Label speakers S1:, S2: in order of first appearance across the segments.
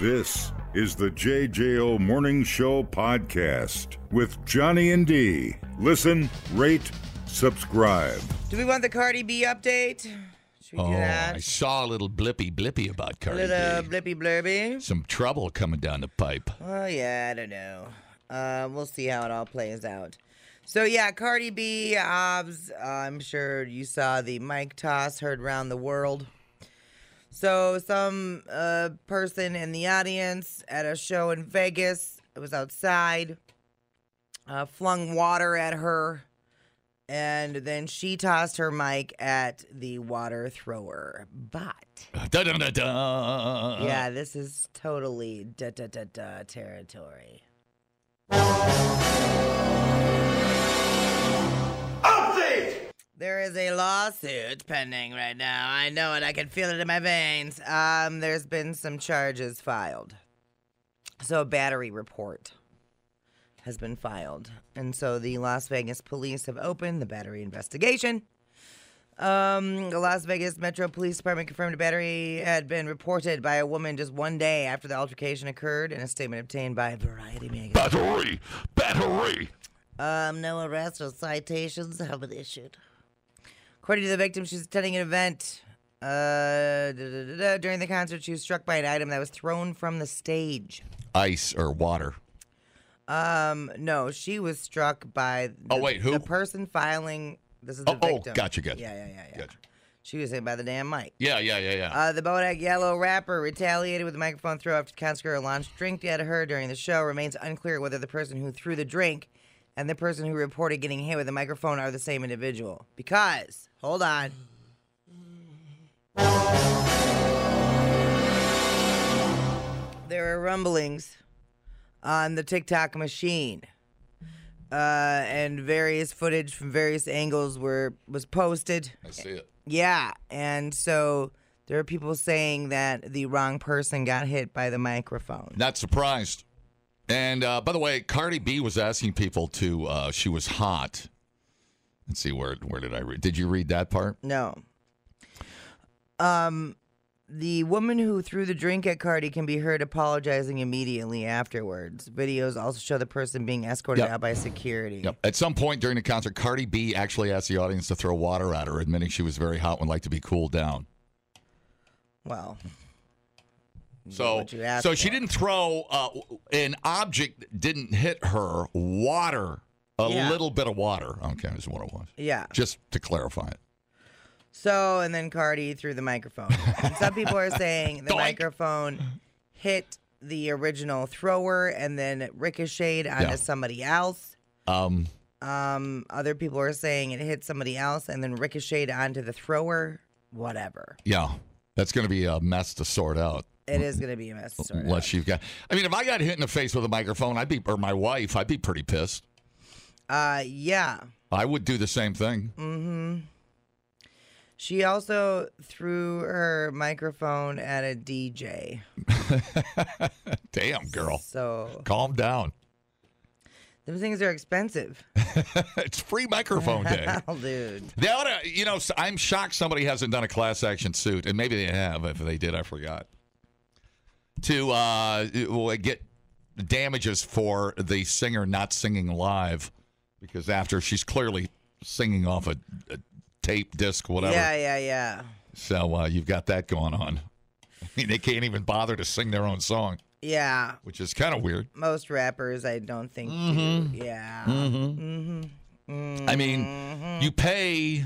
S1: This is the JJO Morning Show podcast with Johnny and D. Listen, rate, subscribe.
S2: Do we want the Cardi B update? Should we
S3: Oh,
S2: do that?
S3: I saw a little blippy blippy about
S2: A
S3: Cardi
S2: little
S3: B.
S2: blippy blurby.
S3: Some trouble coming down the pipe.
S2: Oh yeah, I don't know. Uh, we'll see how it all plays out. So yeah, Cardi B, obs, I'm sure you saw the mic toss heard round the world. So some uh, person in the audience at a show in Vegas, it was outside, uh, flung water at her, and then she tossed her mic at the water thrower. But
S3: Da da da da.
S2: yeah, this is totally da da da da territory. There is a lawsuit pending right now. I know it. I can feel it in my veins. Um, there's been some charges filed. So a battery report has been filed, and so the Las Vegas police have opened the battery investigation. Um, the Las Vegas Metro Police Department confirmed a battery had been reported by a woman just one day after the altercation occurred in a statement obtained by Variety magazine.
S3: Battery, battery.
S2: Um, no arrests or citations have been issued. According to the victim, she's attending an event. Uh, da, da, da, da. during the concert, she was struck by an item that was thrown from the stage.
S3: Ice or water.
S2: Um, no, she was struck by. The,
S3: Oh, wait, who?
S2: The person filing. This is the
S3: Oh, oh,
S2: victim.
S3: gotcha, gotcha.
S2: Yeah, yeah, yeah, yeah.
S3: Gotcha.
S2: She was hit by the damn mic.
S3: Yeah, yeah, yeah, yeah.
S2: Uh, the Bodak Yellow rapper retaliated with a microphone throw after the concert girl launched drink at her during the show. Remains unclear whether the person who threw the drink and the person who reported getting hit with a microphone are the same individual. Because, hold on. There are rumblings on the TikTok machine uh, and various footage from various angles were was posted.
S3: I see it.
S2: Yeah, and so there are people saying that the wrong person got hit by the microphone.
S3: Not surprised. And uh, by the way, Cardi B was asking people to. Uh, she was hot. Let's see where where did I read? Did you read that part?
S2: No. Um, the woman who threw the drink at Cardi can be heard apologizing immediately afterwards. Videos also show the person being escorted
S3: Yep.
S2: out by security.
S3: Yep. At some point during the concert, Cardi B actually asked the audience to throw water at her, admitting she was very hot and would like to be cooled down.
S2: Well,
S3: So,
S2: what you asked
S3: so she
S2: for.
S3: didn't throw uh, an object. that Didn't hit her. Water, a
S2: Yeah.
S3: little bit of water. Okay, is what it was.
S2: yeah.
S3: Just to clarify it.
S2: So, and then Cardi threw the microphone. And some people are saying the
S3: Doink.
S2: microphone hit the original thrower and then ricocheted onto
S3: Yeah.
S2: somebody else.
S3: Um,
S2: Um, other people are saying it hit somebody else and then ricocheted onto the thrower. Whatever.
S3: yeah, that's going to be a mess to sort out.
S2: It is going to be a mess. to sort out.
S3: Unless you've got, I mean, if I got hit in the face with a microphone, I'd be, or my wife, I'd be pretty pissed.
S2: Uh, yeah.
S3: I would do the same thing.
S2: Mm. She also threw her microphone at a DJ.
S3: Damn, girl,
S2: So
S3: calm down.
S2: those things are expensive.
S3: it's free microphone day.
S2: Hell, dude.
S3: They oughta you know, I'm shocked somebody hasn't done a class action suit, and maybe they have. If they did, I forgot. To uh, well, get damages for the singer not singing live, because after she's clearly singing off a, a tape disc, whatever.
S2: Yeah, yeah, yeah.
S3: So uh, you've got that going on. I mean, they can't even bother to sing their own song,
S2: Yeah.
S3: which is kind of weird.
S2: most rappers I don't think do. Yeah.
S3: Mm-hmm.
S2: Mm-hmm.
S3: I mean, you pay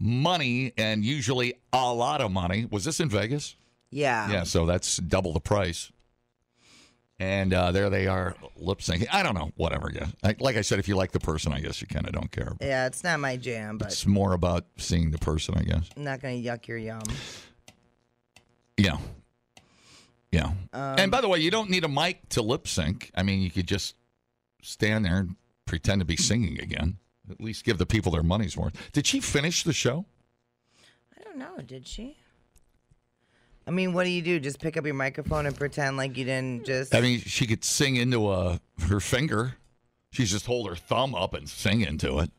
S3: money, and usually a lot of money. Was this in Vegas?
S2: Yeah.
S3: Yeah, so that's double the price. And uh, there they are lip syncing. I don't know, whatever. Yeah, like, like I said, if you like the person, I guess you kind of don't care.
S2: Yeah, it's not my jam, but
S3: It's more about seeing the person, I guess.
S2: I'm not going to yuck your yum.
S3: Yeah, yeah.
S2: Um,
S3: and by the way, you don't need a mic to lip sync. I mean, you could just stand there and pretend to be singing again. At least give the people their money's worth. Did she finish the show?
S2: I don't know, did she? I mean, what do you do? Just pick up your microphone and pretend like you didn't just
S3: I mean, she could sing into a her finger. She's just hold her thumb up and sing into it.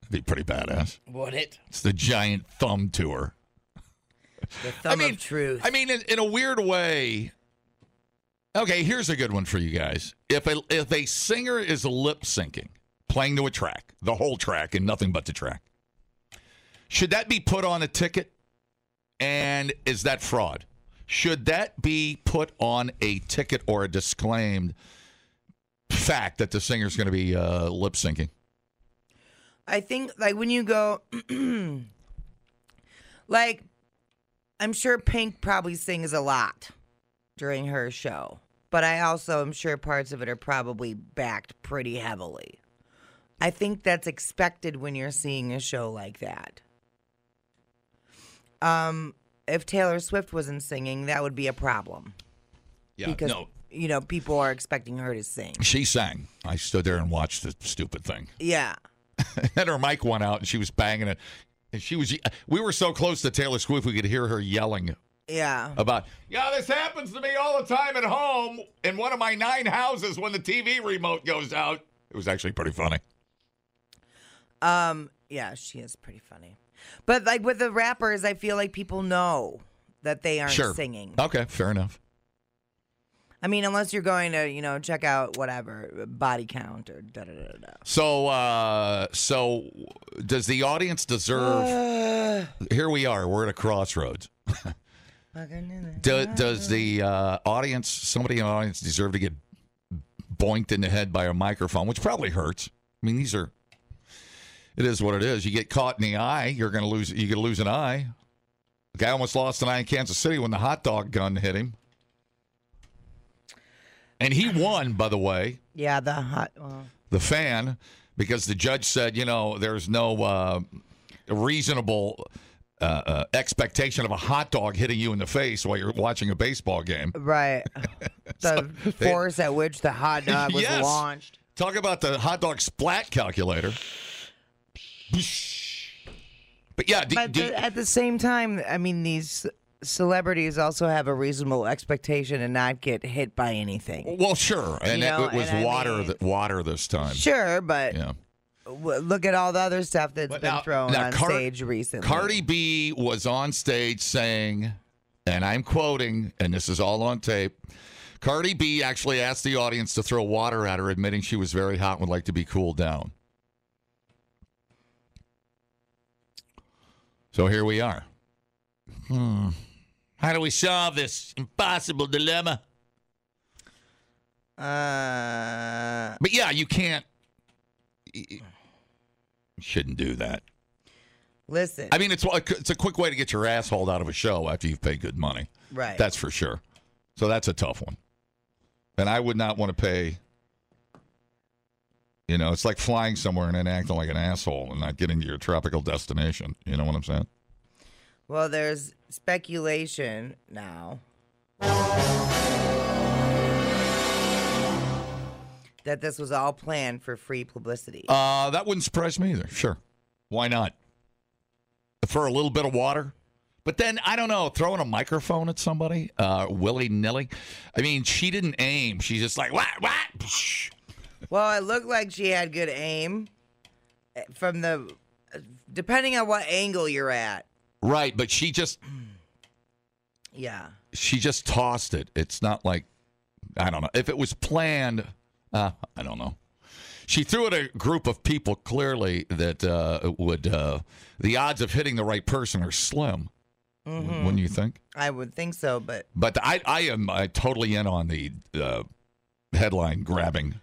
S3: That'd be pretty badass.
S2: Would it?
S3: It's the giant thumb tour.
S2: The thumb of truth.
S3: I mean, in, in a weird way, Okay, here's a good one for you guys. If a, if a singer is lip syncing, playing to a track, the whole track and nothing but the track, should that be put on a ticket? And is that fraud? Should that be put on a ticket or a disclaimed fact that the singer's going to be uh, lip syncing?
S2: I think like when you go like I'm sure Pink probably sings a lot during her show, but I also am sure parts of it are probably backed pretty heavily. I think that's expected when you're seeing a show like that. Um if Taylor Swift wasn't singing, that would be a problem
S3: Yeah,
S2: because
S3: no.
S2: you know people are expecting her to sing.
S3: She sang. I stood there and watched the stupid thing.
S2: Yeah.
S3: then her mic went out and she was banging it. And she was, we were so close to Taylor Swift, we could hear her yelling
S2: Yeah.
S3: about, yeah, this happens to me all the time at home in one of my nine houses when the TV remote goes out. It was actually pretty funny.
S2: Um, yeah, she is pretty funny. But like with the rappers, I feel like people know that they aren't
S3: sure.
S2: singing.
S3: Okay, fair enough.
S2: I mean, unless you're going to, you know, check out whatever body count or da da da da.
S3: So, uh, so does the audience deserve?
S2: da.
S3: here we are. We're at a crossroads. Do, does the uh, audience, somebody in the audience, deserve to get boinked in the head by a microphone, which probably hurts? I mean, these are. It is what it is. You get caught in the eye, you're gonna lose. You could lose an eye. The guy almost lost an eye in Kansas City when the hot dog gun hit him, and he won. By the way,
S2: Yeah, the hot. Well,
S3: the fan because the judge said, you know, there's no uh, reasonable uh, uh, expectation of a hot dog hitting you in the face while you're watching a baseball game.
S2: right. The force at which the hot dog was
S3: Yes.
S2: launched.
S3: Talk about the hot dog splat calculator. But yeah, do,
S2: But
S3: do-
S2: the, uh, at the same time, I mean, these celebrities also have a reasonable expectation to not get hit by anything.
S3: well, sure, and
S2: You know,
S3: it was
S2: and I
S3: water,
S2: mean-
S3: th- water this time.
S2: Sure, but
S3: Yeah.
S2: w- look at all the other stuff that's
S3: But
S2: been
S3: now-
S2: thrown
S3: now
S2: on
S3: Car-
S2: stage recently.
S3: Cardi B was on stage saying, and I'm quoting, and this is all on tape. Cardi B actually asked the audience to throw water at her, admitting she was very hot and would like to be cooled down. So here we are. Hmm. How do we solve this impossible dilemma?
S2: Uh,
S3: But yeah, you can't. you Shouldn't do that.
S2: listen,
S3: I mean, it's it's a quick way to get your asshole out of a show after you've paid good money.
S2: right?
S3: That's for sure. So that's a tough one. And I would not want to pay. You know, it's like flying somewhere and then acting like an asshole and not getting to your tropical destination. You know what I'm saying?
S2: well, there's speculation now that this was all planned for free publicity.
S3: Uh, that wouldn't surprise me either. Sure. Why not? For a little bit of water. But then, I don't know, throwing a microphone at somebody, uh, willy nilly. I mean, she didn't aim. She's just like, what, what? Psh.
S2: well, it looked like she had good aim eh, from the, depending on what angle you're at.
S3: Right. But she just
S2: Yeah.
S3: she just tossed it. It's not like I don't know if it was planned. Uh, I don't know. She threw at a group of people clearly that uh, would uh, the odds of hitting the right person are slim. Wouldn't you think?
S2: I would think so, but
S3: But I I am uh, totally in on the uh, headline grabbing.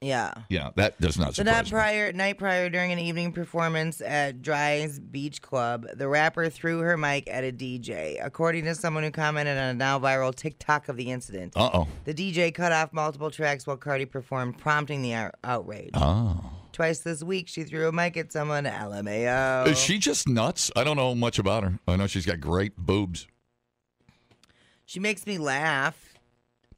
S2: yeah.
S3: Yeah, that does not
S2: The night
S3: surprise me.
S2: prior, night prior, during an evening performance at Dry's Beach Club, the rapper threw her mic at a DJ. According to someone who commented on a now viral TikTok of the incident,
S3: Uh oh.
S2: the DJ cut off multiple tracks while Cardi performed, prompting the out- outrage.
S3: Oh.
S2: Twice this week, she threw a mic at someone. LMAO.
S3: Is she just nuts? I don't know much about her. I know she's got great boobs.
S2: She makes me laugh.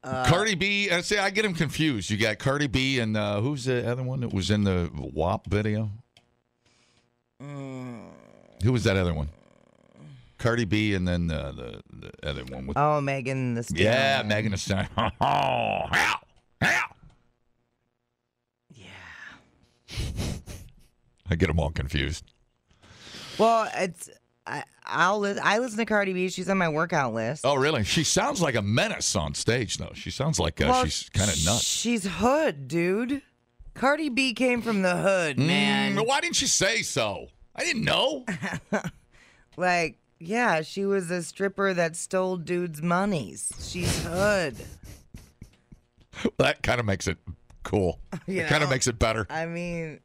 S3: Cardi B. I say I get him confused. You got Cardi B and uh, who's the other one that was in the WAP video?
S2: Mm.
S3: Who was that other one? Cardi B and then uh, the the other one with
S2: Oh, Megan the Stallion.
S3: yeah, Megan Thee Stallion. Oh, hell, hell.
S2: Yeah.
S3: I get them all confused.
S2: Well, it's. I, I'll li- I listen to Cardi B. She's on my workout list.
S3: Oh, really? She sounds like a menace on stage, though. She sounds like uh,
S2: Well,
S3: she's kind of nuts.
S2: She's hood, dude. Cardi B came from the hood, man.
S3: Mm, why didn't you say so? I didn't know.
S2: Like, yeah, she was a stripper that stole dudes' monies. She's hood.
S3: that kind of makes it cool.
S2: You
S3: It kind of
S2: know.
S3: makes it better.
S2: I mean,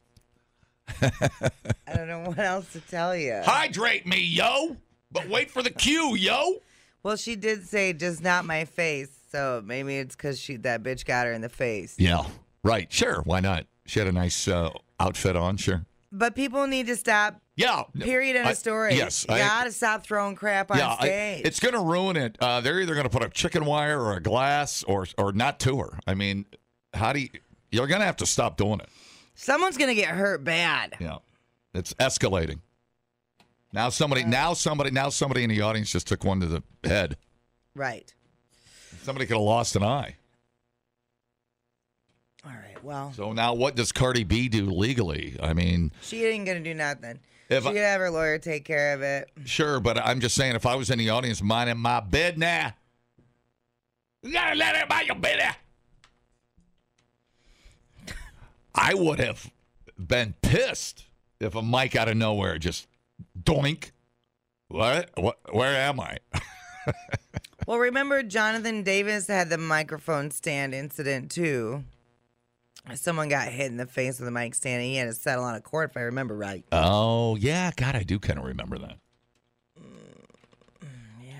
S2: I don't know what else to tell you.
S3: Hydrate me, yo. But wait for the cue, yo.
S2: Well, she did say just not my face, so maybe it's because she that bitch got her in the face.
S3: Yeah. Right. Sure. Why not? She had a nice uh, outfit on. Sure.
S2: But people need to stop.
S3: Yeah.
S2: Period in
S3: I-
S2: a story.
S3: yes,
S2: you
S3: I-
S2: gotta stop throwing crap on
S3: yeah. I-
S2: stage.
S3: it's going to ruin it. Uh, they're either going to put up chicken wire or a glass or or not to her. I mean, how do you? You're going to have to stop doing it.
S2: Someone's gonna get hurt bad.
S3: Yeah. It's escalating. Now somebody. Now somebody. Now somebody in the audience just took one to the head.
S2: Right.
S3: Somebody could have lost an eye.
S2: All right. Well,
S3: So now, what does Cardi B do legally? I mean,
S2: she ain't gonna do nothing.
S3: If
S2: she
S3: I-
S2: could have her lawyer take care of it.
S3: Sure, but I'm just saying, if I was in the audience minding my bed now, you gotta let it by your bed. I would have been pissed if a mic out of nowhere just doink. What? what where am I?
S2: Well, remember Jonathan Davis had the microphone stand incident too. Someone got hit in the face with a mic stand, and he had to settle on a court, if I remember right.
S3: Oh yeah, God, I do kind of remember that.
S2: Yeah.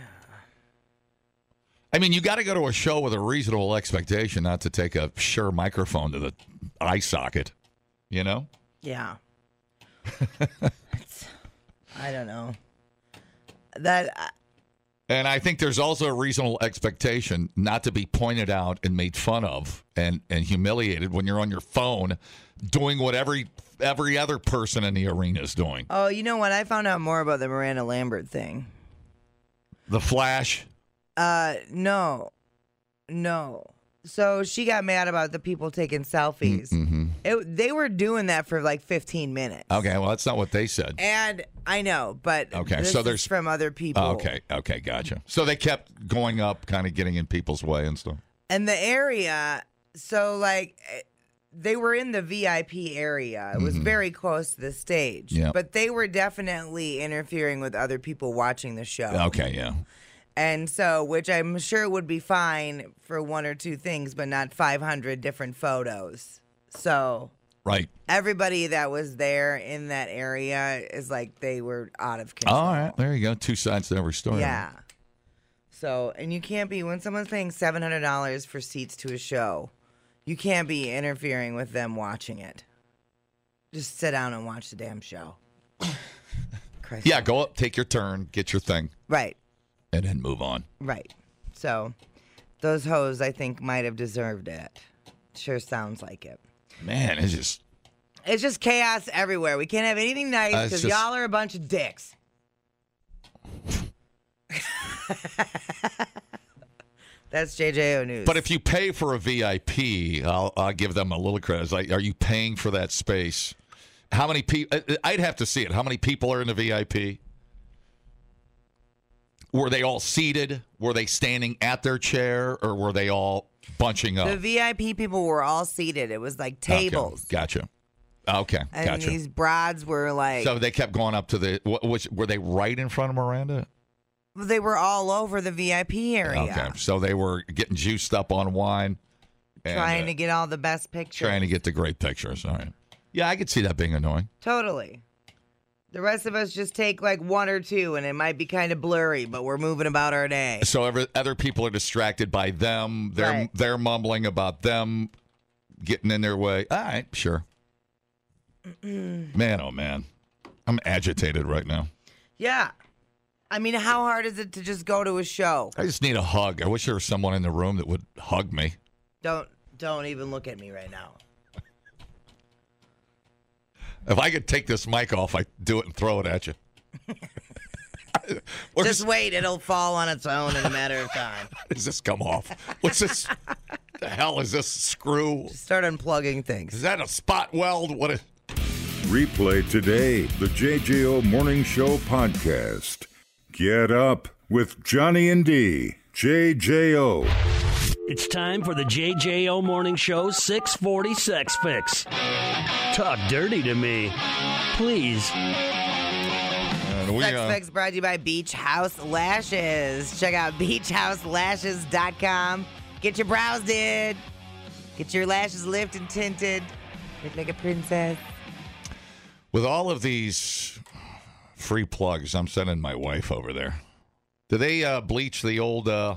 S3: I mean, you got to go to a show with a reasonable expectation not to take a sure microphone to the eye socket. You know.
S2: Yeah. It's- I don't know. That I-
S3: And I think there's also a reasonable expectation not to be pointed out and made fun of and, and humiliated when you're on your phone doing what every every other person in the arena is doing.
S2: oh, you know what? I found out more about the Miranda Lambert thing.
S3: The flash.
S2: Uh, no, no. So she got mad about the people taking selfies.
S3: Mm,
S2: It, they were doing that for like 15 minutes.
S3: mm-hmm. Okay, well that's not what they said.
S2: And I know, but
S3: Okay,
S2: this
S3: so
S2: is
S3: there's-
S2: from other people.
S3: Oh, Okay, okay, gotcha. So they kept going up, kind of getting in people's way and stuff.
S2: and the area. So like, eh, they were in the VIP area. It was very close to the stage.
S3: Mm-hmm. Yeah.
S2: But they were definitely interfering with other people watching the show.
S3: Okay, yeah.
S2: And so, which I'm sure would be fine for one or two things, but not 500 different photos. So
S3: Right.
S2: everybody that was there in that area is like they were out of control.
S3: All right, there you go. Two sides to every story.
S2: Yeah. So, and you can't be when someone's paying seven hundred dollars for seats to a show, you can't be interfering with them watching it. Just sit down and watch the damn show. Christ.
S3: Yeah, go up, take your turn, get your thing,
S2: Right.
S3: and then move on.
S2: Right. So, those hoes, I think, might have deserved it. Sure sounds like it.
S3: Man, it's just
S2: It's just chaos everywhere. We can't have anything nice
S3: Uh, it's
S2: because
S3: just-
S2: y'all are a bunch of dicks. That's JJO news.
S3: But if you pay for a VIP, I'll, I'll give them a little credit. It's like, are you paying for that space? How many people? I'd have to see it. How many people are in the VIP? Were they all seated? Were they standing at their chair, or were they all bunching up?
S2: the VIP people were all seated, it was like
S3: Okay,
S2: tables,
S3: Gotcha. Okay.
S2: and
S3: gotcha.
S2: these broads were like
S3: so they kept going up to the. wh- Which were they right in front of Miranda?
S2: they were all over the VIP area,
S3: Okay. So they were getting juiced up on wine. and,
S2: trying
S3: uh,
S2: to get all the best pictures.
S3: trying to get the great pictures. All right. Yeah, I could see that being annoying.
S2: Totally. The rest of us just take like one or two, and it might be kind of blurry, but we're moving about our day.
S3: so every, other people are distracted by them. They're
S2: Right.
S3: they're mumbling about them getting in their way. All right, sure. man, oh man, I'm agitated right now.
S2: Yeah. I mean, how hard is it to just go to a show?
S3: I just need a hug. I wish there was someone in the room that would hug me.
S2: Don't don't even look at me right now.
S3: If I could take this mic off, I'd do it and throw it at you. Where's,
S2: Just wait, it'll fall on its own in a matter of time.
S3: does this come off? What's this? the hell is this screw?
S2: Start unplugging things.
S3: Is that a spot weld? What is?
S1: Replay today the JJO Morning Show podcast. Get up with Johnny and D. JJO.
S4: It's time for the JJO Morning Show 640 Sex Fix. Talk dirty to me, please.
S3: And we,
S2: Sex
S3: uh,
S2: Fix brought to you by Beach House Lashes. Check out beachhouselashes.com. Get your brows did. Get your lashes lifted and tinted. Look like a princess.
S3: with all of these free plugs, I'm sending my wife over there. Do they uh, bleach the old? Uh,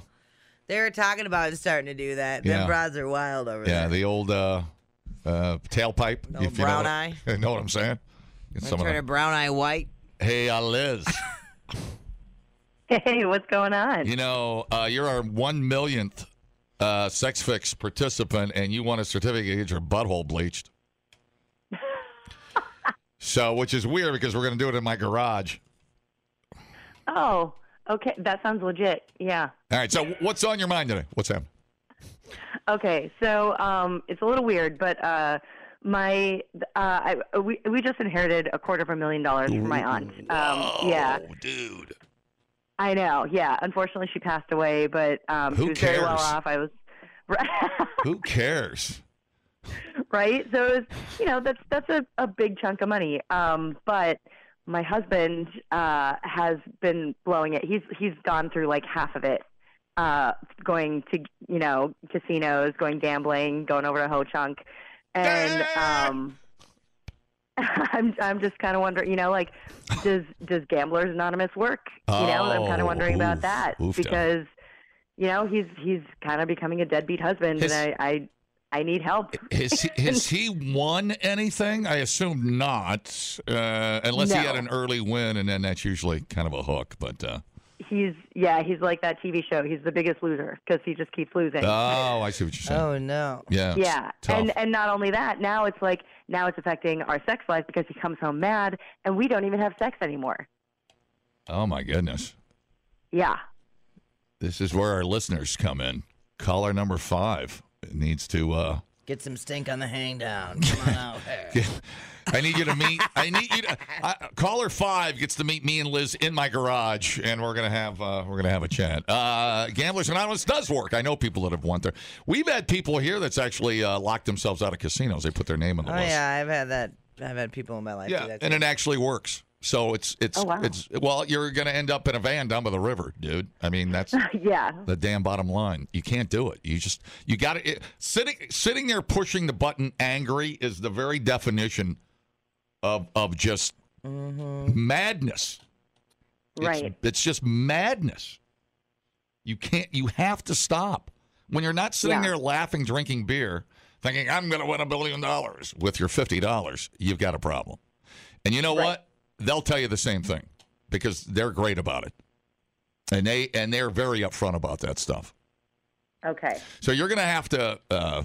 S2: They were talking about starting to do that.
S3: Yeah.
S2: Them brows are wild over
S3: yeah,
S2: there.
S3: the old uh, uh, tailpipe.
S2: The old brown
S3: know,
S2: eye.
S3: You know what I'm saying? Get
S2: They
S3: some of
S2: turn
S3: the-
S2: a brown eye white.
S3: Hey, uh, Liz.
S5: Hey, what's going on?
S3: You know, uh, you're our one millionth uh, sex fix participant, and you want a certificate to get your butthole bleached. so, which is weird because we're going to do it in my garage.
S5: Oh, okay. That sounds legit. Yeah.
S3: All right. So, what's on your mind today? What's happening?
S5: Okay. So um, it's a little weird, but uh, my uh, I, we we just inherited a quarter of a million dollars from my aunt. Um, yeah,
S3: Oh, dude.
S5: I know. Yeah. Unfortunately, she passed away, but um,
S3: Who
S5: she was very well
S3: cares?
S5: off. I was.
S3: Who cares?
S5: right? So it was, you know, that's that's a, a big chunk of money. Um, but my husband uh, has been blowing it. He's he's gone through like half of it, uh, going to you know casinos, going gambling, going over to Ho Chunk, and um, I'm I'm just kind of wondering, you know, like does does Gamblers Anonymous work? You know, I'm kind
S3: Oh,
S5: of wondering
S3: oof,
S5: about that
S3: oofda.
S5: because. You know he's he's kind of becoming a deadbeat husband,
S3: His-
S5: and I, I I need help.
S3: Has he, has he won anything? I assume not, uh, unless he
S5: No.
S3: had an early win, and then that's usually kind of a hook. But uh,
S5: he's yeah he's like that tv show he's the biggest loser because he just keeps losing
S3: oh, I see what you're saying.
S2: Oh no.
S3: yeah. it's
S5: yeah
S3: tough.
S5: and and not only that now it's like now it's affecting our sex life because he comes home mad and we don't even have sex anymore
S3: oh my goodness.
S5: yeah
S3: This is where our listeners come in. Caller number five needs to. Uh,
S2: Get some stink on the hang down. Come on out here.
S3: I need you to meet. I need you to. I, caller five gets to meet me and Liz in my garage, and we're gonna have uh, we're gonna have a chat. Uh, Gamblers Anonymous does work. I know people that have won there. We've had people here that's actually uh, locked themselves out of casinos. They put their name on the
S2: Oh
S3: list.
S2: yeah, I've had that. I've had people in my life.
S3: Yeah,
S2: do that
S3: and it actually works. So it's it's
S5: Oh, wow.
S3: it's well, you're gonna end up in a van down by the river, dude. I mean that's.
S5: yeah
S3: the damn bottom line. You can't do it. You just you got to sitting sitting there pushing the button angry is the very definition of of just madness. It's-
S5: Mm-hmm. right
S3: It's, just madness. You can't you have to stop. When you're not sitting
S5: Yeah.
S3: there laughing drinking beer thinking I'm going to win a billion dollars with your $50, you've got a problem. And you know
S5: Right.
S3: what? They'll tell you the same thing because they're great about it. And they and they're very upfront about that stuff.
S5: okay
S3: So you're gonna have to uh,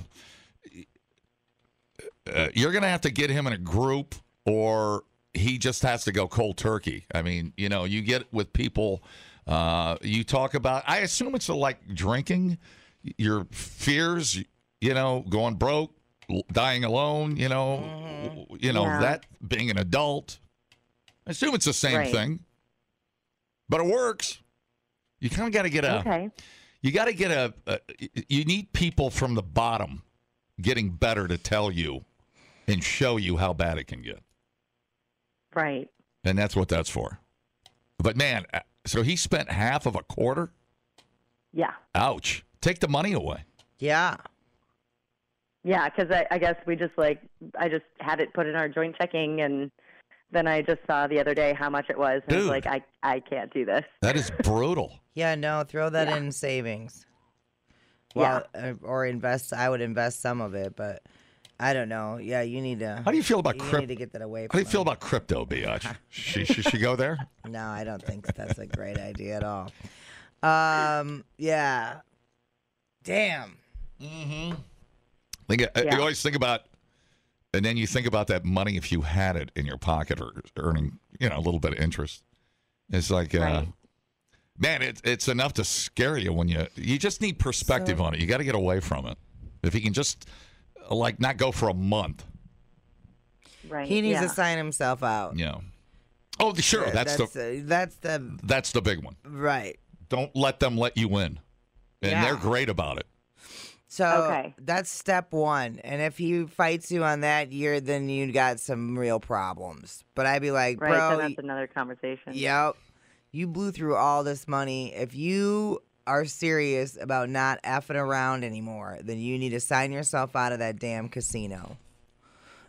S3: uh, you're gonna have to get him in a group, or he just has to go cold turkey. I mean, you know, you get with people. Uh, you talk about. I assume it's like drinking, your fears. You know, going broke, l- dying alone. You know, w- you know
S5: Mm-hmm. Yeah.
S3: that being an adult. I assume it's the same
S5: Right.
S3: thing, but it works. You kind of got to get out
S5: okay
S3: you got to get a, a you need people from the bottom getting better to tell you and show you how bad it can get
S5: right
S3: and that's what that's for but man uh, so he spent half of a quarter
S5: yeah
S3: ouch take the money away
S2: Yeah.
S5: yeah because I, I guess we just like i just had it put in our joint checking and then i just saw the other day how much it was and I was
S3: Dude.
S5: like i i can't do this
S3: that is brutal
S2: Yeah, no, throw that
S5: Yeah.
S2: in savings.
S5: Yeah.
S2: Well, uh, or invest. I would invest some of it, but I don't know. Yeah, you need to.
S3: how do you feel about
S2: you
S3: crypto
S2: need to get that away.
S3: how do you
S2: from
S3: feel
S2: them.
S3: about crypto biatch she, she, she go there
S2: No, I don't think that's a great idea at all. Um. Yeah. Damn.
S3: Think, uh,
S5: Yeah.
S3: You always think about, and then you think about that money if you had it in your pocket or earning, you know, a little bit of interest. It's like, uh,
S5: Right.
S3: man, it, it's enough to scare you when you you just need perspective on it. You got to get away from it. If you can just uh, like not go for a month,
S5: Right.
S2: He needs
S5: yeah.
S2: to sign himself out.
S3: Yeah. Oh, sure. That's,
S2: that's
S3: the
S2: the, that's the
S3: that's the big one.
S2: right.
S3: Don't let them let you in, and
S2: Yeah.
S3: they're great about it.
S2: So
S5: Okay.
S2: that's step one. And if he fights you on that year, then you got some real problems. But I'd be like,
S5: Right.
S2: bro,
S5: then that's another conversation.
S2: Yep. You blew through all this money. If you are serious about not effing around anymore, then you need to sign yourself out of that damn casino.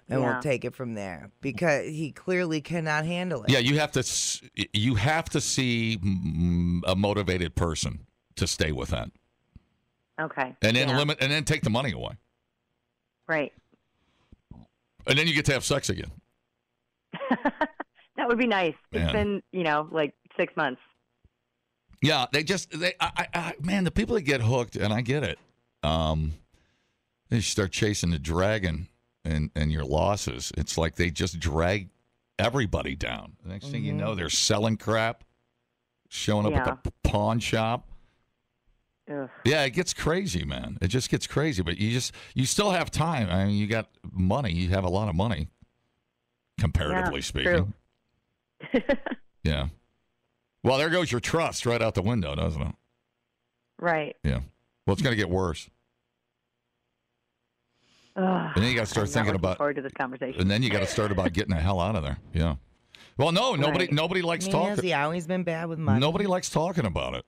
S2: And
S5: Yeah.
S2: we'll take it from there because he clearly cannot handle it.
S3: Yeah, you have to s- you have to see mm, a motivated person to stay with that,
S5: Okay.
S3: and then
S5: Yeah.
S3: limit, and then take the money away,
S5: Right.
S3: and then you get to have sex again.
S5: that would be nice.
S3: Man.
S5: It's been, you know, like six months.
S3: Yeah, they just they I, I, I man, the people that get hooked, and I get it. Um, they start chasing the dragon and and your losses. It's like they just drag everybody down. The next thing you know, they're selling crap, showing up
S5: Yeah.
S3: at the p- pawn shop.
S5: Ugh.
S3: Yeah, it gets crazy, man. It just gets crazy. But you just you still have time. I mean, you got money. You have a lot of money, comparatively
S5: Yeah,
S3: speaking.
S5: true.
S3: Yeah. Well, there goes your trust right out the window, doesn't it?
S5: Right.
S3: Yeah. Well, it's going to get worse.
S5: Ugh.
S3: And then you got to start
S5: I'm not
S3: thinking
S5: looking
S3: about,
S5: forward to this conversation.
S3: and then you got to start about getting the hell out of there. Yeah. Well, no, nobody,
S5: Right.
S3: nobody likes
S2: I mean, has
S3: talking.
S2: he always been bad with money?
S3: Nobody likes talking about it.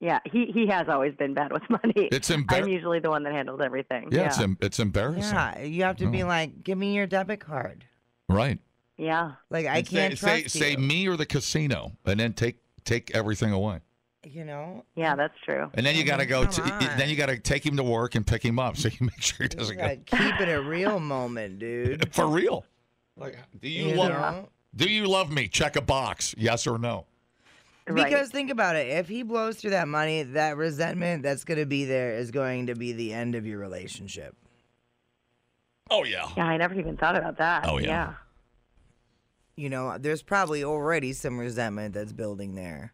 S5: Yeah, he he has always been bad with money.
S3: It's
S5: I'm
S3: embarrassing.
S5: usually the one that handles everything.
S3: Yeah, it's em- it's embarrassing.
S2: Yeah, you have to be like, give me your debit card.
S3: Right.
S5: yeah.
S2: Like I
S3: And say-
S2: can't
S3: say,
S2: trust
S3: say
S2: you.
S3: me or the casino, and then take take everything away.
S2: You know,
S5: Yeah, that's true.
S3: And then you
S2: I
S3: got to
S2: mean,
S3: go.
S2: Oh, come
S3: To, y- then you
S2: on.
S3: got to take him to work and pick him up, so you make sure he
S2: This is
S3: doesn't
S2: like keep it a real moment,
S3: go
S2: dude.
S3: for real. Like, do you,
S2: You
S3: love?
S2: know?
S3: Do you love me? Check a box, yes or no.
S5: Right.
S2: Because think about it, if he blows through that money, that resentment that's going to be there is going to be the end of your relationship.
S3: Oh yeah.
S5: yeah, I never even thought about that.
S3: Oh, yeah.
S2: You know, there's probably already some resentment that's building there.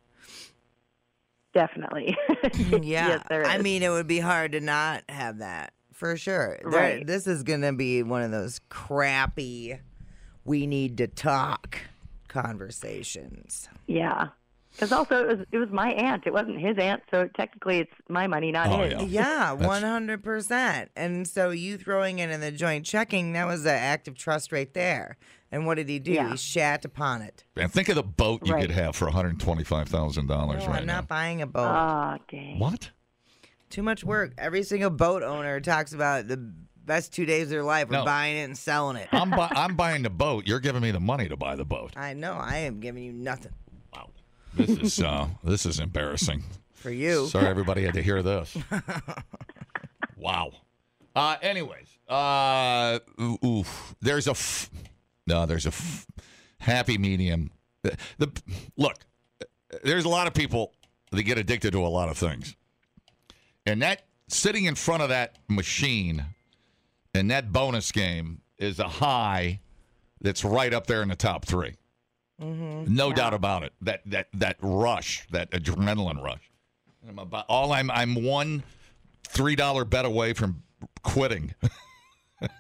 S5: definitely.
S2: Mm, yeah,
S5: yes, there is.
S2: I mean, it would be hard to not have that for sure. There-
S5: Right.
S2: this is going to be one of those crappy, we need to talk conversations.
S5: yeah. Because also it was it was my aunt. It wasn't his aunt, so technically it's my money, not
S3: Oh, yeah.
S5: his.
S2: Yeah,
S3: That's-
S2: one hundred percent. And so you throwing it in the joint checking, that was an act of trust right there. And what did he do?
S5: Yeah.
S2: He shat upon it.
S3: And think of the boat you
S5: Right.
S3: could have for one hundred twenty-five thousand dollars
S2: No,
S3: right
S2: Oh, I'm
S3: now.
S2: not buying a boat.
S5: Oh dang.
S3: What?
S2: Too much work. Every single boat owner talks about the best two days of their life are
S3: No.
S2: buying it and selling it.
S3: I'm bu- I'm buying the boat. You're giving me the money to buy the boat.
S2: I know. I am giving you nothing
S3: This is uh, this is embarrassing.
S2: for you.
S3: Sorry, everybody had to hear this. wow. Uh, anyways, uh, ooh, oof. there's a f- no, there's a f- happy medium. The, the look, there's a lot of people that get addicted to a lot of things, and that sitting in front of that machine and that bonus game is a high that's right up there in the top 3 No doubt about it. That that that rush, that adrenaline rush. And I'm about all I'm I'm one three dollar bet away from quitting.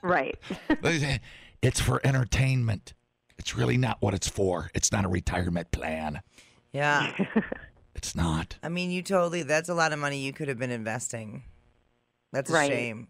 S5: Right.
S3: it's for entertainment. It's really not what it's for. It's not a retirement plan.
S2: Yeah.
S3: It's not.
S2: I mean, you totally. That's a lot of money you could have been investing. That's a
S5: Right.
S2: shame.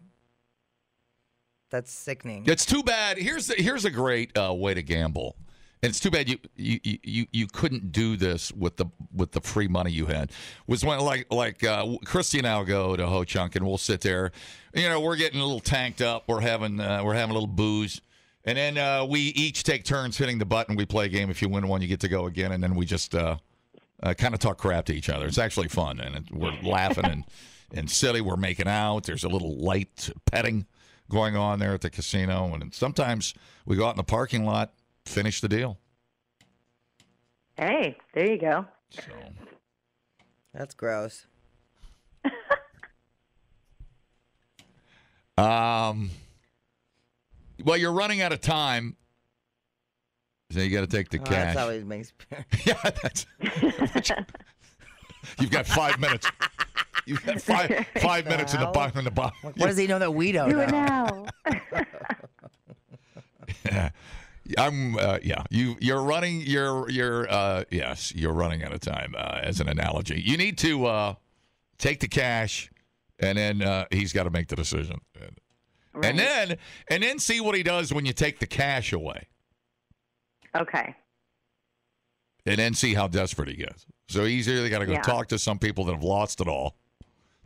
S2: That's sickening.
S3: It's too bad. Here's the, here's a great uh, way to gamble. And it's too bad you, you you- you you couldn't do this with the with the free money you had. Was when like like uh, Christy and I'll go to Ho Chunk and we'll sit there. You know, we're getting a little tanked up. We're having uh, we're having a little booze. And then uh, we each take turns hitting the button. We play a game. If you win one, you get to go again. And then we just uh, uh, kind of talk crap to each other. It's actually fun, and it, we're laughing and and silly. We're making out. There's a little light petting going on there at the casino, and sometimes we go out in the parking lot, finish the deal.
S5: Hey, there you go.
S3: So
S2: That's gross.
S3: Um, well, you're running out of time, so you got to take the
S2: Oh,
S3: cash.
S2: that's always makes.
S3: yeah, that's. you've got five minutes. You've got five five
S2: the
S3: minutes in the
S2: hell?
S3: bottom in the bottom.
S2: What does he know that we don't?
S5: Do it
S2: know?
S5: now.
S3: I'm uh, yeah. You you're running. You're you're uh, yes. You're running out of time. Uh, as an analogy, you need to uh, take the cash, and then uh, he's got to make the decision, and,
S5: Right.
S3: and then and then see what he does when you take the cash away,
S5: Okay.
S3: and then see how desperate he gets. So he's either got to go
S5: Yeah. Mm-hmm.
S3: talk to some people that have lost it all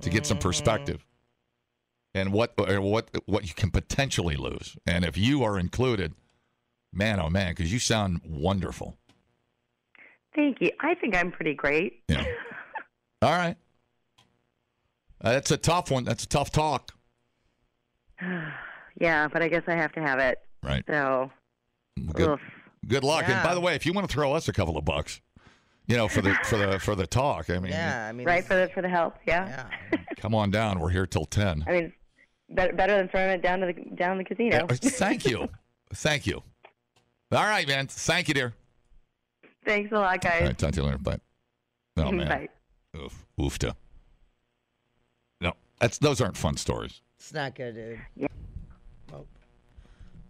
S3: to get some perspective, and what or what what you can potentially lose, and if you are included, man oh man, because you sound wonderful.
S5: Thank you. I think I'm pretty great.
S3: Yeah. All right. Uh, that's a tough one. That's a tough talk.
S5: Yeah, but I guess I have to have it.
S3: Right.
S5: So,
S3: Good,
S5: oof.
S3: good luck. And by
S2: Yeah.
S3: the way, if you want to throw us a couple of bucks, you know, for the for the for the talk, I mean,
S2: Yeah, I mean,
S5: right
S2: it's-
S5: for the for the help. Yeah.
S2: yeah.
S3: come on down. We're here till ten.
S5: I mean, better better than throwing it down to the down the casino.
S3: Uh, Thank you. Thank you. All right, man. Thank you, dear.
S5: Thanks a lot,
S3: All
S5: guys.
S3: right, talk to you later. Bye. Oh man.
S5: Mm-hmm, Bye.
S3: Oof. Oofta. No, that's those aren't fun stories.
S2: It's not good, dude.
S5: Yeah.
S2: Oh.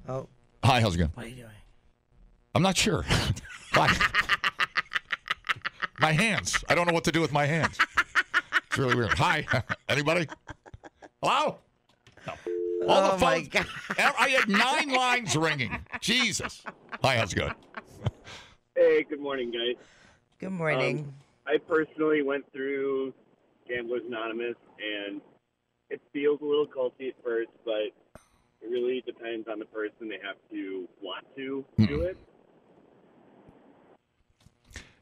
S2: Oh.
S3: Hi, how's it going?
S2: What are you doing?
S3: I'm not sure. Why? my hands. I don't know what to do with my hands. It's really weird. Hi. Anybody? Hello? No. All
S2: Oh,
S3: the
S2: my
S3: phones.
S2: God.
S3: I had nine lines ringing. Jesus. Hi, how's it going?
S6: Hey, good morning, guys.
S3: Um,
S2: Good morning.
S6: I personally went through Gamblers Anonymous, and it feels a little culty at first, but it really depends on the person. They have to want to
S3: Hmm.
S6: do it.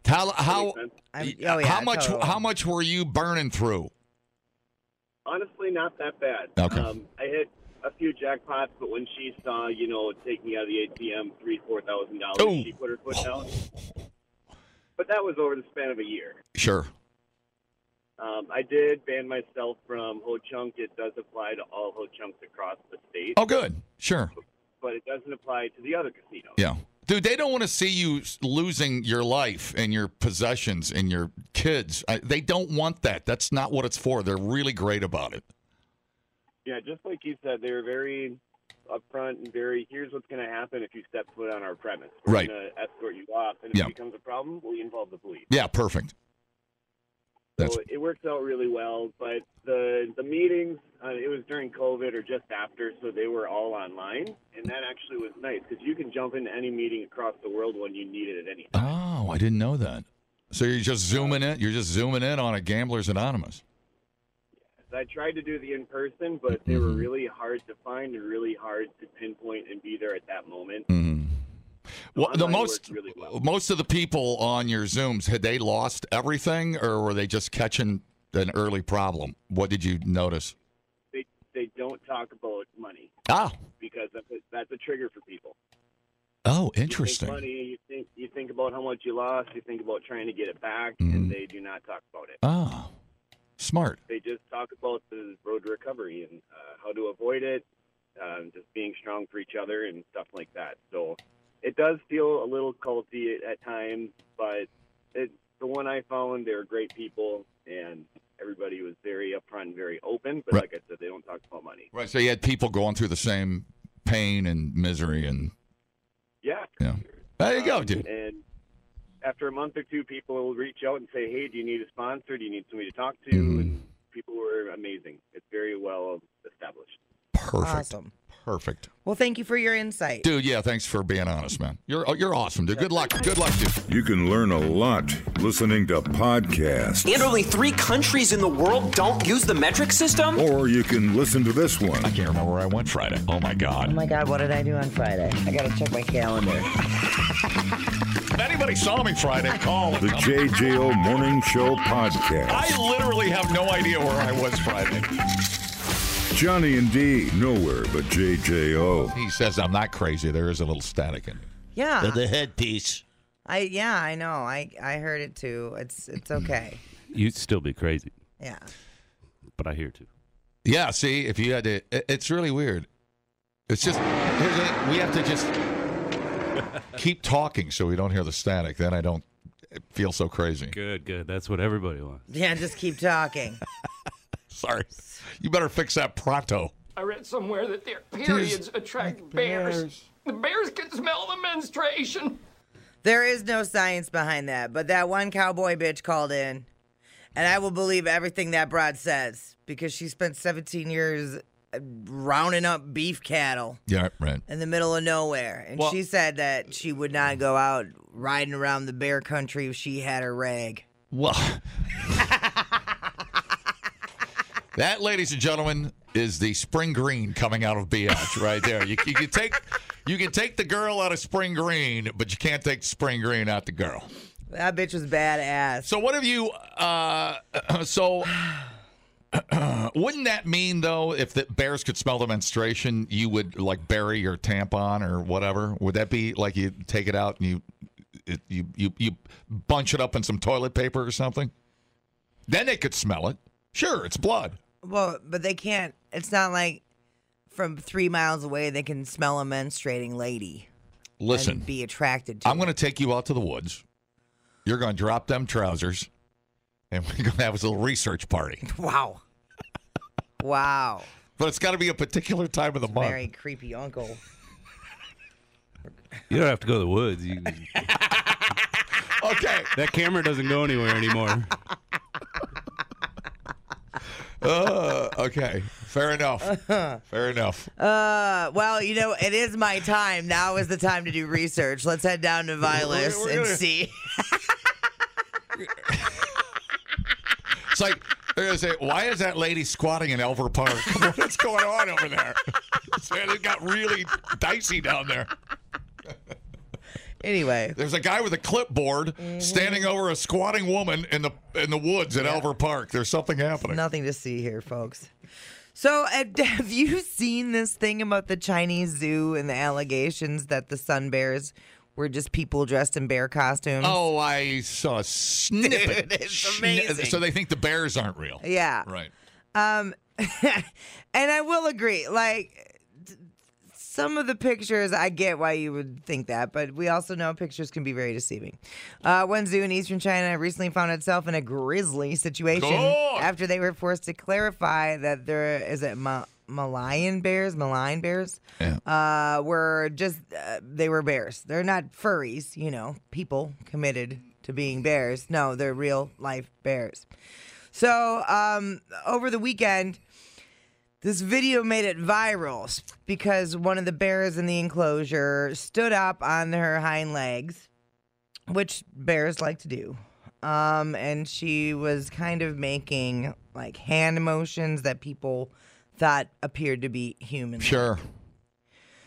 S3: How how
S6: Makes sense.
S2: I'm, oh, yeah,
S3: how much
S2: totally.
S3: how much were you burning through?
S6: Honestly, not that bad.
S3: Okay.
S6: Um, I hit a few jackpots, but when she saw, you know, taking out of the ATM three, four thousand
S3: Oh.
S6: dollars, she put her foot down. But that was over the span of a year.
S3: Sure.
S6: Um, I did ban myself from Ho Chunk. It does apply to all Ho Chunks across the state.
S3: Oh good. Sure.
S6: but it doesn't apply to the other casinos.
S3: Yeah. Dude, they don't want to see you s- losing your life and your possessions and your kids. I, they don't want that. That's not what it's for. They're really great about it.
S6: Yeah, just like you said, they were very upfront and very, here's what's going to happen if you step foot on our premise. We're
S3: Right.
S6: going to escort you off, and if
S3: Yeah.
S6: it becomes a problem, we involve the police.
S3: Yeah, perfect. That's
S6: so it works out really well, but the the meetings, uh, it was during COVID or just after, so they were all online, and that actually was nice because you can jump into any meeting across the world when you need it at any time.
S3: oh, I didn't know that. So you're just zooming in. You're just zooming in on a Gamblers Anonymous.
S6: I tried to do the in person, but they
S3: Mm-hmm.
S6: were really hard to find and really hard to pinpoint and be there at that moment.
S3: Well, the
S6: online
S3: most
S6: worked really well.
S3: most of the people on your zooms had they lost everything, or were they just catching an early problem? What did you notice?
S6: they they don't talk about money
S3: Ah,
S6: because that's a, that's a trigger for people.
S3: oh,
S6: You think
S3: interesting.
S6: money, you think you think about how much you lost, you think about trying to get it back,
S3: Mm-hmm.
S6: and they do not talk about it.
S3: Ah, smart.
S6: They just talk about the road to recovery and uh, how to avoid it, um, just being strong for each other and stuff like that. So it does feel a little culty at, at times, but it, the one I found, they were great people and. Everybody was very upfront, and very open, but
S3: Right.
S6: like I said, they don't talk about money.
S3: Right. So you had people going through the same pain and misery, and
S6: Yeah,
S3: yeah. There you go,
S6: Um,
S3: dude.
S6: And after a month or two, people will reach out and say, "Hey, do you need a sponsor? Do you need somebody to talk to?"
S3: Mhm.
S6: And people were amazing. It's very well established.
S3: Perfect.
S2: Awesome.
S3: Perfect.
S2: Well, thank you for your insight.
S3: Dude, yeah, thanks for being honest, man. You're oh, you're awesome, dude. Good luck. Good luck, dude.
S1: You can learn a lot listening to podcasts,
S7: And only three countries in the world don't use the metric system?
S1: or you can listen to this one.
S3: I can't remember where I went Friday. Oh my
S2: Oh
S3: God!
S2: my God, what did I do on Friday? I gotta check my calendar.
S3: If anybody saw me Friday, call.
S1: The JJO Morning Show podcast.
S3: I literally have no idea where I was Friday.
S1: Johnny and D, nowhere but JJO.
S3: He says I'm not crazy. There is a little static in. it.
S2: Yeah,
S8: The headpiece.
S2: I yeah I know I I heard it too. It's it's okay.
S9: You'd still be crazy,
S2: Yeah.
S9: but I hear too.
S3: Yeah. See, if you had to, it- it's really weird. It's just here's the thing, we have to just keep talking so we don't hear the static. Then I don't feel so crazy.
S9: Good, good. That's what everybody wants.
S2: Yeah, just keep talking.
S3: Sorry. You better fix that pronto.
S10: I read somewhere that their periods attract bears.
S8: The bears can smell the menstruation.
S2: There is no science behind that, but that one cowboy bitch called in, and I will believe everything that broad says because she spent 17 years uh, rounding up beef cattle
S3: Yeah, right.
S2: in the middle of nowhere. And
S3: Well-
S2: she said that she would not go out riding around the bear country if she had her rag.
S3: Well, that, ladies and gentlemen, is the spring green coming out of BH right there. You, you can take you can take the girl out of spring green, but you can't take the spring green out the girl.
S2: That bitch was badass.
S3: So what have you? Uh, so wouldn't that mean though, if the bears could smell the menstruation, you would like bury your tampon or whatever? Would that be like you take it out and you it, you you you bunch it up in some toilet paper or something? Then they could smell it. Sure, it's blood.
S2: Well, but they can't, it's not like from three miles away they can smell a menstruating lady
S3: Listen,
S2: and be attracted to
S3: I'm
S2: it.
S3: going to take you out to the woods. You're going to drop them trousers, and we're going to have a little research party.
S2: Wow. wow.
S3: But it's got to be a particular time of the month.
S2: Very creepy uncle.
S9: You don't have to go to the woods. You,
S3: Okay.
S9: that camera doesn't go anywhere anymore.
S3: Uh, okay. Fair enough. Fair enough.
S2: Uh, well, you know, it is my time. Now is the time to do research. Let's head down to Vilas
S3: we're
S2: and
S3: gonna-
S2: see.
S3: It's like they're gonna say, "Why is that lady squatting in Elver Park? What's going on over there?" So it got really dicey down there.
S2: Anyway,
S3: There's a guy with a clipboard
S2: Mm-hmm.
S3: standing over a squatting woman in the in the woods at Elver Park. There's something happening.
S2: nothing to see here, folks. So, uh, have you seen this thing about the Chinese zoo and the allegations that the sun bears were just people dressed in bear costumes?
S3: Oh, I saw a snippet.
S2: Dude, it's
S3: Schn-
S2: amazing.
S3: So they think the bears aren't real.
S2: yeah.
S3: Right.
S2: Um, and I will agree. Like t- some of the pictures, I get why you would think that, but we also know pictures can be very deceiving. Uh, one zoo in eastern China recently found itself in a grisly situation
S3: God.
S2: after they were forced to clarify that there is it Ma- Malayan bears, Malayan bears.
S3: Yeah.
S2: Uh, were just uh, they were bears. They're not furries, you know, people committed to being bears. No, they're real life bears. So um, over the weekend, this video made it viral s- because one of the bears in the enclosure stood up on her hind legs, which bears like to do. Um, and she was kind of making like hand motions that people thought appeared to be human.
S3: Sure.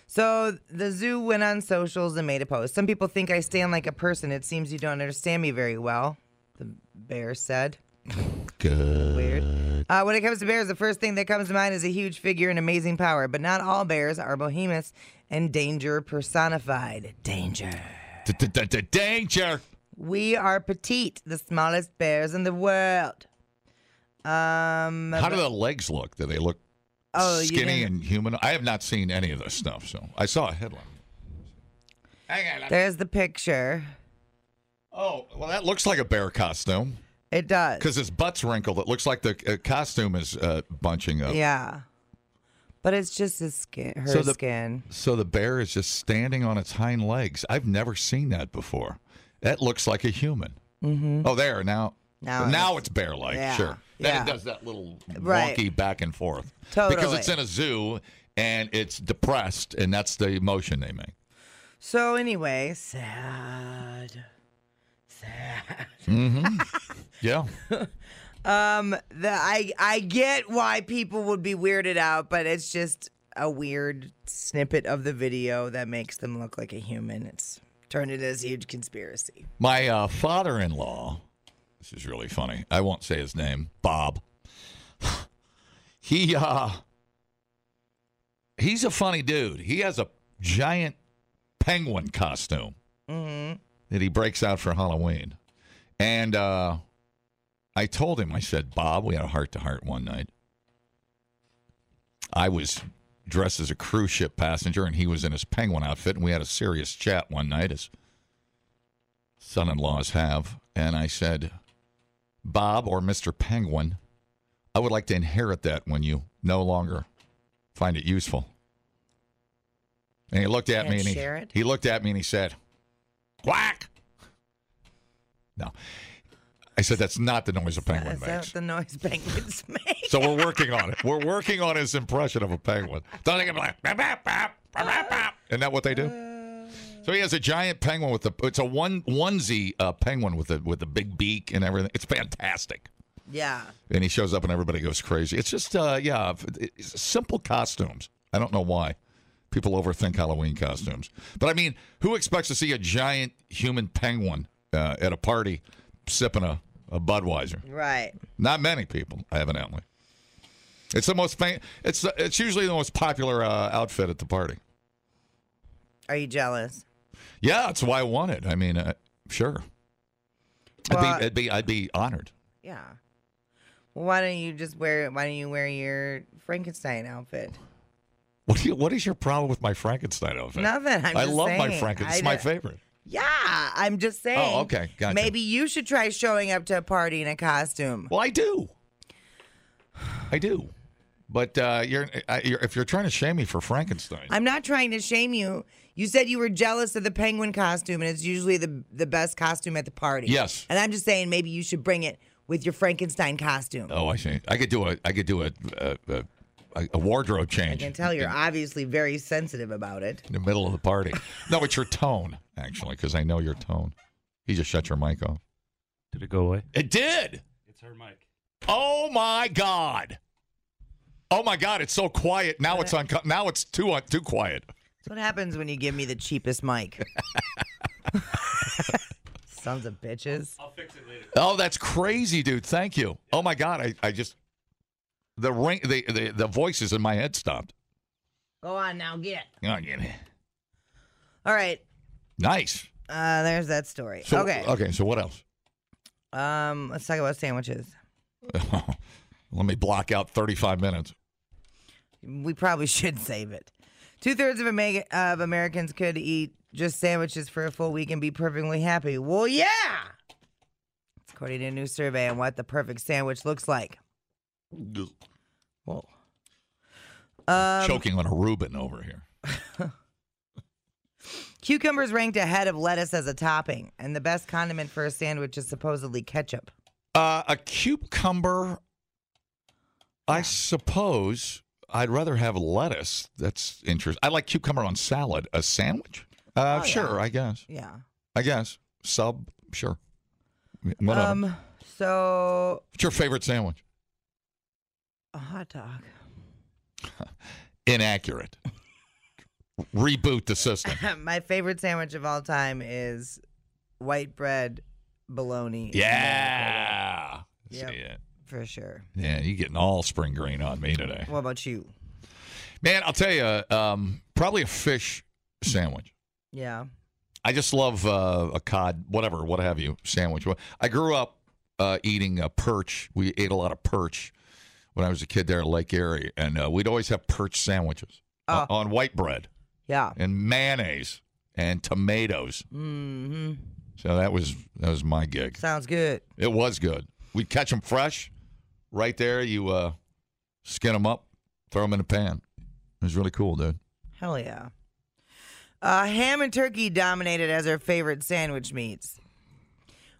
S2: So the zoo went on socials and made a post. Some people think I stand like a person. It seems you don't understand me very well, the bear said.
S3: Good.
S2: Weird. Uh, when it comes to bears, the first thing that comes to mind is a huge figure and amazing power, but not all bears are behemoths and danger personified. Danger.
S3: Danger.
S2: We are petite, the smallest bears in the world. Um,
S3: How do the legs look? Do they look
S2: Oh, you
S3: skinny
S2: didn't-
S3: and human? I have not seen any of this stuff, so I saw a headline. Hang on.
S2: there's the picture.
S3: Oh, well, that looks like a bear costume
S2: It does.
S3: because his butt's wrinkled. It looks like the uh, costume is uh, bunching up.
S2: Yeah. But it's just his skin, her
S3: So the-
S2: skin.
S3: So the bear is just standing on its hind legs. I've never seen that before. That looks like a human. Mm-hmm. Oh, there now.
S2: Now
S3: it's, bear like.
S2: yeah,
S3: sure. Then
S2: yeah.
S3: it does that little wonky
S2: Right.
S3: back and forth. Because
S2: Totally.
S3: it's in a zoo and it's depressed, and that's the motion they make.
S2: So anyway, sad. Sad.
S3: Yeah.
S2: Um, the I I get why people would be weirded out, but it's just a weird snippet of the video that makes them look like a human. It's turned into this huge conspiracy.
S3: My uh, father in law, this is really funny. I won't say his name, Bob. He uh he's a funny dude. He has a giant penguin costume that he breaks out for Halloween. And uh I told him, I said, Bob, we had a heart to heart one night. I was dressed as a cruise ship passenger and he was in his penguin outfit and we had a serious chat one night as son in laws have. And I said, Bob or Mr. Penguin, I would like to inherit that when you no longer find it useful. And he looked at me
S2: Can't
S3: and
S2: share
S3: he,
S2: it?
S3: he looked at me and he said, Quack. No. I said, that's not the noise a penguin
S2: Is that
S3: makes.
S2: the noise penguins make?
S3: So we're working on it. We're working on his impression of a penguin. Don't think of like, "Bap, bap, bap, bap, bap, bap." isn't that what they do?
S2: Uh,
S3: So he has a giant penguin with the. It's a one onesie uh, penguin with a with a big beak and everything. It's fantastic.
S2: yeah.
S3: And he shows up and everybody goes crazy. It's just uh, yeah, it's simple costumes. I don't know why people overthink Halloween costumes, but I mean, who expects to see a giant human penguin uh, at a party sipping a, a Budweiser?
S2: Right.
S3: Not many people, evidently. It's the most fam- It's it's usually the most popular uh, outfit at the party.
S2: Are you jealous?
S3: Yeah, that's why I want it. I mean, uh, sure.
S2: Well,
S3: I'd, be, I'd be I'd be honored.
S2: Yeah. Well, why don't you just wear? Why don't you wear your Frankenstein outfit?
S3: What do you, What is your problem with my Frankenstein outfit?
S2: Nothing, I'm
S3: I
S2: just
S3: love my
S2: saying.
S3: Frankenstein. It's
S2: I
S3: my
S2: d-
S3: favorite.
S2: Yeah, I'm just saying.
S3: okay, gotcha.
S2: Maybe you should try showing up to a party in a costume.
S3: Well, I do. I do. But uh, you're, I, you're if you're trying to shame me for Frankenstein,
S2: I'm not trying to shame you. You said you were jealous of the penguin costume, and it's usually the the best costume at the party.
S3: Yes.
S2: And I'm just saying maybe you should bring it with your Frankenstein costume.
S3: oh, I see. I could do a I could do a a, a, a wardrobe
S2: I
S3: change.
S2: can tell you're obviously very sensitive about it.
S3: in the middle of the party. No, it's your tone, actually, because I know your tone. You just shut your mic off.
S9: Did it go away?
S3: It did.
S9: It's her mic.
S3: Oh my god. Oh my god, it's so quiet. Now it's unco- now it's too un- too quiet.
S2: That's what happens when you give me the cheapest mic. Sons of bitches.
S9: I'll fix it later.
S3: Oh, that's crazy, dude. Thank you. Oh my god, I, I just the ring the, the the voices in my head stopped.
S2: Go on now, get.
S3: Oh, yeah.
S2: All right.
S3: Nice.
S2: Uh, there's that story.
S3: So,
S2: okay.
S3: Okay, so what else?
S2: Um, let's talk about sandwiches.
S3: Let me block out 35 minutes.
S2: We probably should save it. Two thirds of, Ama- of Americans could eat just sandwiches for a full week and be perfectly happy. Well, yeah. It's according to a new survey on what the perfect sandwich looks like. Whoa. Um,
S3: Choking on a Reuben over here.
S2: Cucumbers ranked ahead of lettuce as a topping, and the best condiment for a sandwich is supposedly ketchup.
S3: Uh, a cucumber, I suppose. I'd rather have lettuce. That's interesting. I like cucumber on salad. A sandwich? Uh,
S2: Oh,
S3: sure,
S2: yeah.
S3: I guess.
S2: Yeah.
S3: I guess sub. Sure. What
S2: Um. So
S3: What's your favorite sandwich?
S2: a hot dog.
S3: Inaccurate. Reboot the system.
S2: My favorite sandwich of all time is white bread bologna.
S3: Yeah. See
S2: Yep.
S3: it.
S2: for sure.
S3: Yeah, you're getting all spring green on me today.
S2: What about you?
S3: Man, I'll tell you, um, probably a fish sandwich.
S2: Yeah.
S3: I just love uh, a cod, whatever, what have you, sandwich. I grew up uh, eating uh, perch. We ate a lot of perch when I was a kid there at Lake Erie, and uh, we'd always have perch sandwiches o- on white bread
S2: Yeah.
S3: and mayonnaise and tomatoes.
S2: hmm
S3: So that was that was my gig.
S2: Sounds good.
S3: It was good. We'd catch them fresh, right there. You uh, skin them up, throw them in a pan. It was really cool, dude.
S2: Hell yeah. Uh, ham and turkey dominated as our favorite sandwich meats.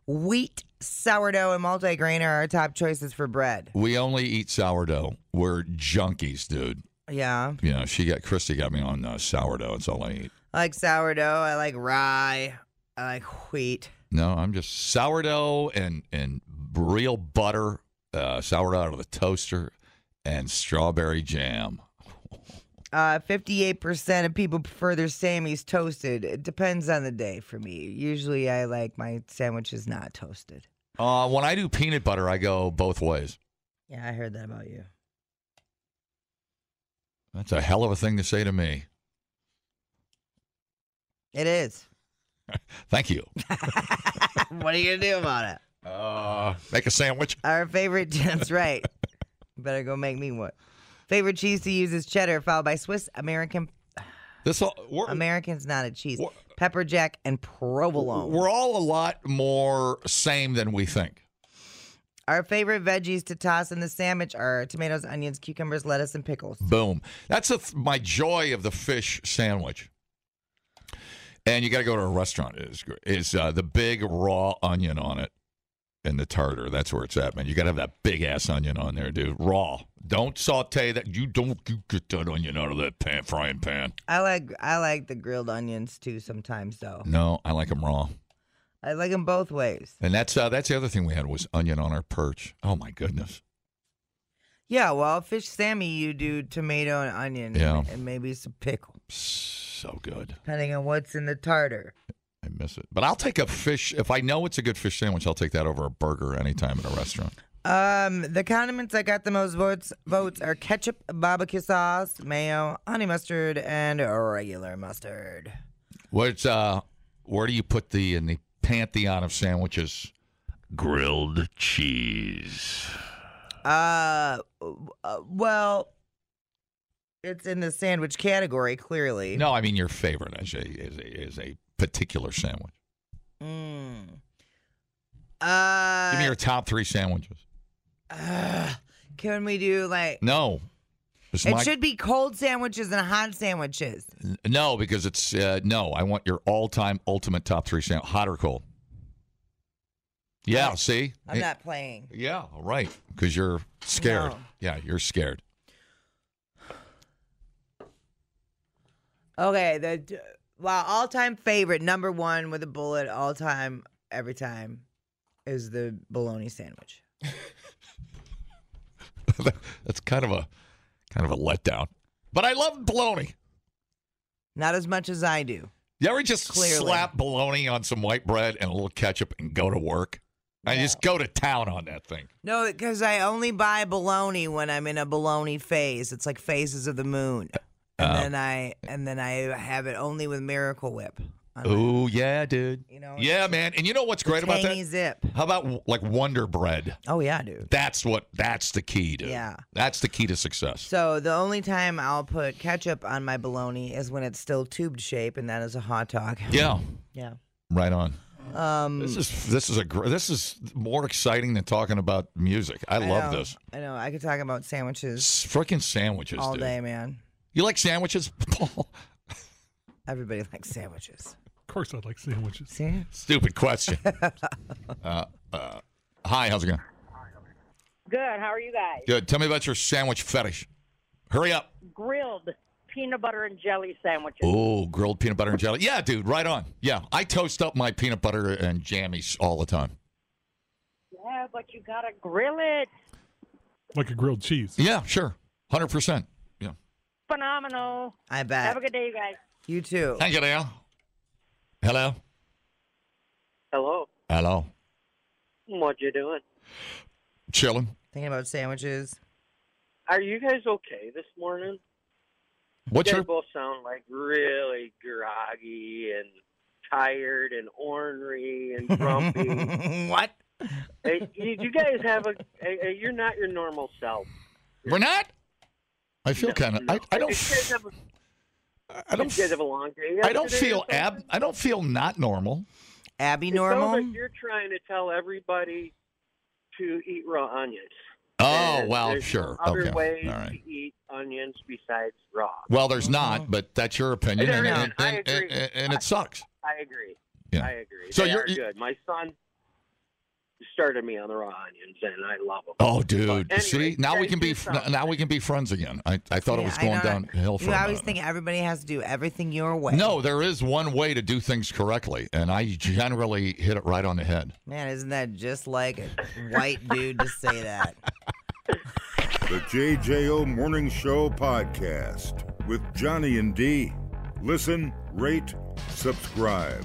S2: Wheat, sourdough, and multigrain are our top choices for bread.
S3: We only eat sourdough. We're junkies, dude.
S2: Yeah.
S3: You know, she got Christy got me on uh, sourdough. It's all I eat.
S2: I like sourdough. I like rye. I like wheat.
S3: No, I'm just sourdough and and real butter, uh, sourdough out of the toaster, and strawberry jam.
S2: Uh, 58% of people prefer their Sammy's toasted. It depends on the day for me. Usually I like my sandwiches not toasted.
S3: Uh, when I do peanut butter, I go both ways.
S2: Yeah, I heard that about you.
S3: That's a hell of a thing to say to me.
S2: It is.
S3: Thank you.
S2: what are you going to do about it?
S3: Uh, make a sandwich.
S2: Our favorite, that's right. Better go make me one. Favorite cheese to use is cheddar, followed by Swiss American.
S3: This all, we're,
S2: American's not a cheese.
S3: Wha-
S2: Pepper jack and provolone.
S3: we're all a lot more same than we think.
S2: Our favorite veggies to toss in the sandwich are tomatoes, onions, cucumbers, lettuce, and pickles.
S3: Boom. That's a th- my joy of the fish sandwich. and you got to go to a restaurant. Is is uh, the big raw onion on it and the tartar? That's where it's at, man. You got to have that big ass onion on there, dude. Raw. Don't saute that. You don't you get that onion out of that pan, frying pan.
S2: I like I like the grilled onions too sometimes though.
S3: No, I like them raw.
S2: I like them both ways.
S3: And that's uh, that's the other thing we had was onion on our perch. Oh my goodness.
S2: Yeah, well, fish Sammy, you do tomato and onion,
S3: Yeah.
S2: and maybe some pickle,
S3: So good.
S2: depending on what's in the tartar.
S3: I miss it. But I'll take a fish. If I know it's a good fish sandwich, I'll take that over a burger anytime at a restaurant.
S2: Um, the condiments that got the most votes votes are ketchup, barbecue sauce, mayo, honey mustard, and regular mustard.
S3: What's uh where do you put the in the pantheon of sandwiches? Grilled cheese.
S2: Uh, w- uh, well, it's in the sandwich category clearly.
S3: No, I mean your favorite is a is a, is a particular sandwich.
S2: Mm.
S3: Give me
S2: Uh,
S3: your top three sandwiches.
S2: ugh, can we do like?
S3: No. It's
S2: It
S3: my-
S2: should be cold sandwiches and hot sandwiches.
S3: no, because it's uh, no. I want your all-time ultimate top three sandwich, hot or cold. Yeah, see,
S2: I'm
S3: It-
S2: not playing.
S3: Yeah, right. Because you're scared.
S2: No.
S3: Yeah, you're scared.
S2: Okay, the well, all time favorite number one with a bullet, all time, every time, is the bologna sandwich.
S3: That's kind of a kind of a letdown. But I love bologna.
S2: Not as much as I do.
S3: You ever just
S2: Clearly.
S3: slap bologna on some white bread and a little ketchup and go to work? I just go to town on that thing.
S2: No, because I only buy bologna when I'm in a bologna phase. It's like phases of the moon,
S3: Oh.
S2: and then I and then I have it only with Miracle Whip. on my-
S3: Oh yeah, dude.
S2: You know,
S3: yeah, man. And you know what's great about
S2: tangy
S3: that?
S2: zip.
S3: How about like Wonder Bread?
S2: Oh yeah, dude.
S3: That's what. That's the key, dude.
S2: Yeah.
S3: That's the key to success.
S2: So the only time I'll put ketchup on my bologna is when it's still tubed shape, and that is a hot dog.
S3: Yeah.
S2: Yeah.
S3: Right on.
S2: Um,
S3: This is this is a gr- this is more exciting than talking about music. I, love
S2: know,
S3: this.
S2: I know. I could talk about sandwiches
S3: S- Freaking sandwiches,
S2: all
S3: dude.
S2: day, man.
S3: You like sandwiches, Paul?
S2: Everybody likes sandwiches.
S9: Of course, I like sandwiches.
S2: See?
S3: Stupid question. uh, uh, hi, how's it going?
S10: Good. How are you guys?
S3: Good. Tell me about your sandwich fetish. Hurry up.
S10: Grilled peanut butter and jelly sandwiches.
S3: Oh, grilled peanut butter and jelly. Yeah, dude, right on. Yeah, I toast up my peanut butter and jammies all the time.
S10: Yeah, but you gotta grill it.
S9: Like a grilled cheese.
S3: Yeah, sure. 100%. Yeah.
S10: Phenomenal.
S2: I bet.
S10: Have a good day, you guys.
S2: you too.
S3: Thank you, Dale. Hello.
S10: Hello.
S3: Hello.
S10: What you doing?
S3: Chilling.
S2: Thinking about sandwiches.
S10: Are you guys okay this morning?
S3: What's your
S10: both sound like really groggy and tired and ornery and grumpy.
S2: what?
S10: hey, you you guys have a, a, a- You're not your normal self.
S3: We're not? I feel kind of I, I
S10: You guys
S3: don't
S10: have a,
S3: I don't
S10: you guys have a long day.
S3: I don't
S10: yesterday or
S3: feel
S10: something?
S3: ab. I don't feel not normal.
S2: Abby
S10: It
S2: normal?
S10: sounds like you're trying to tell everybody to eat raw onions.
S3: Oh
S10: And
S3: well,
S10: there's
S3: sure.
S10: Other
S3: Okay.
S10: ways
S3: All right.
S10: to eat onions besides raw.
S3: Well, there's
S2: Uh-huh.
S3: not, but that's your opinion,
S10: No,
S3: and,
S10: no,
S3: and,
S10: I
S3: and,
S10: agree.
S3: and- and it sucks.
S10: I agree.
S3: Yeah.
S10: I agree.
S3: So
S10: they
S3: you're-
S10: are good. My son started me on the raw onions, and I love them.
S3: Oh, dude!
S10: anyway,
S3: See, now
S10: yeah,
S3: we can
S10: it
S3: be
S10: did sound
S3: now we can be friends again. I, I thought it
S2: Yeah,
S3: was
S2: I
S3: going
S2: know.
S3: downhill for
S2: You
S3: a
S2: always
S3: minute.
S2: think everybody has to do everything your way.
S3: No, there is one way to do things correctly, and I generally hit it right on the head.
S2: Man, isn't that just like a white dude to say that?
S1: The JJO Morning Show Podcast with Johnny and D. Listen, rate, subscribe.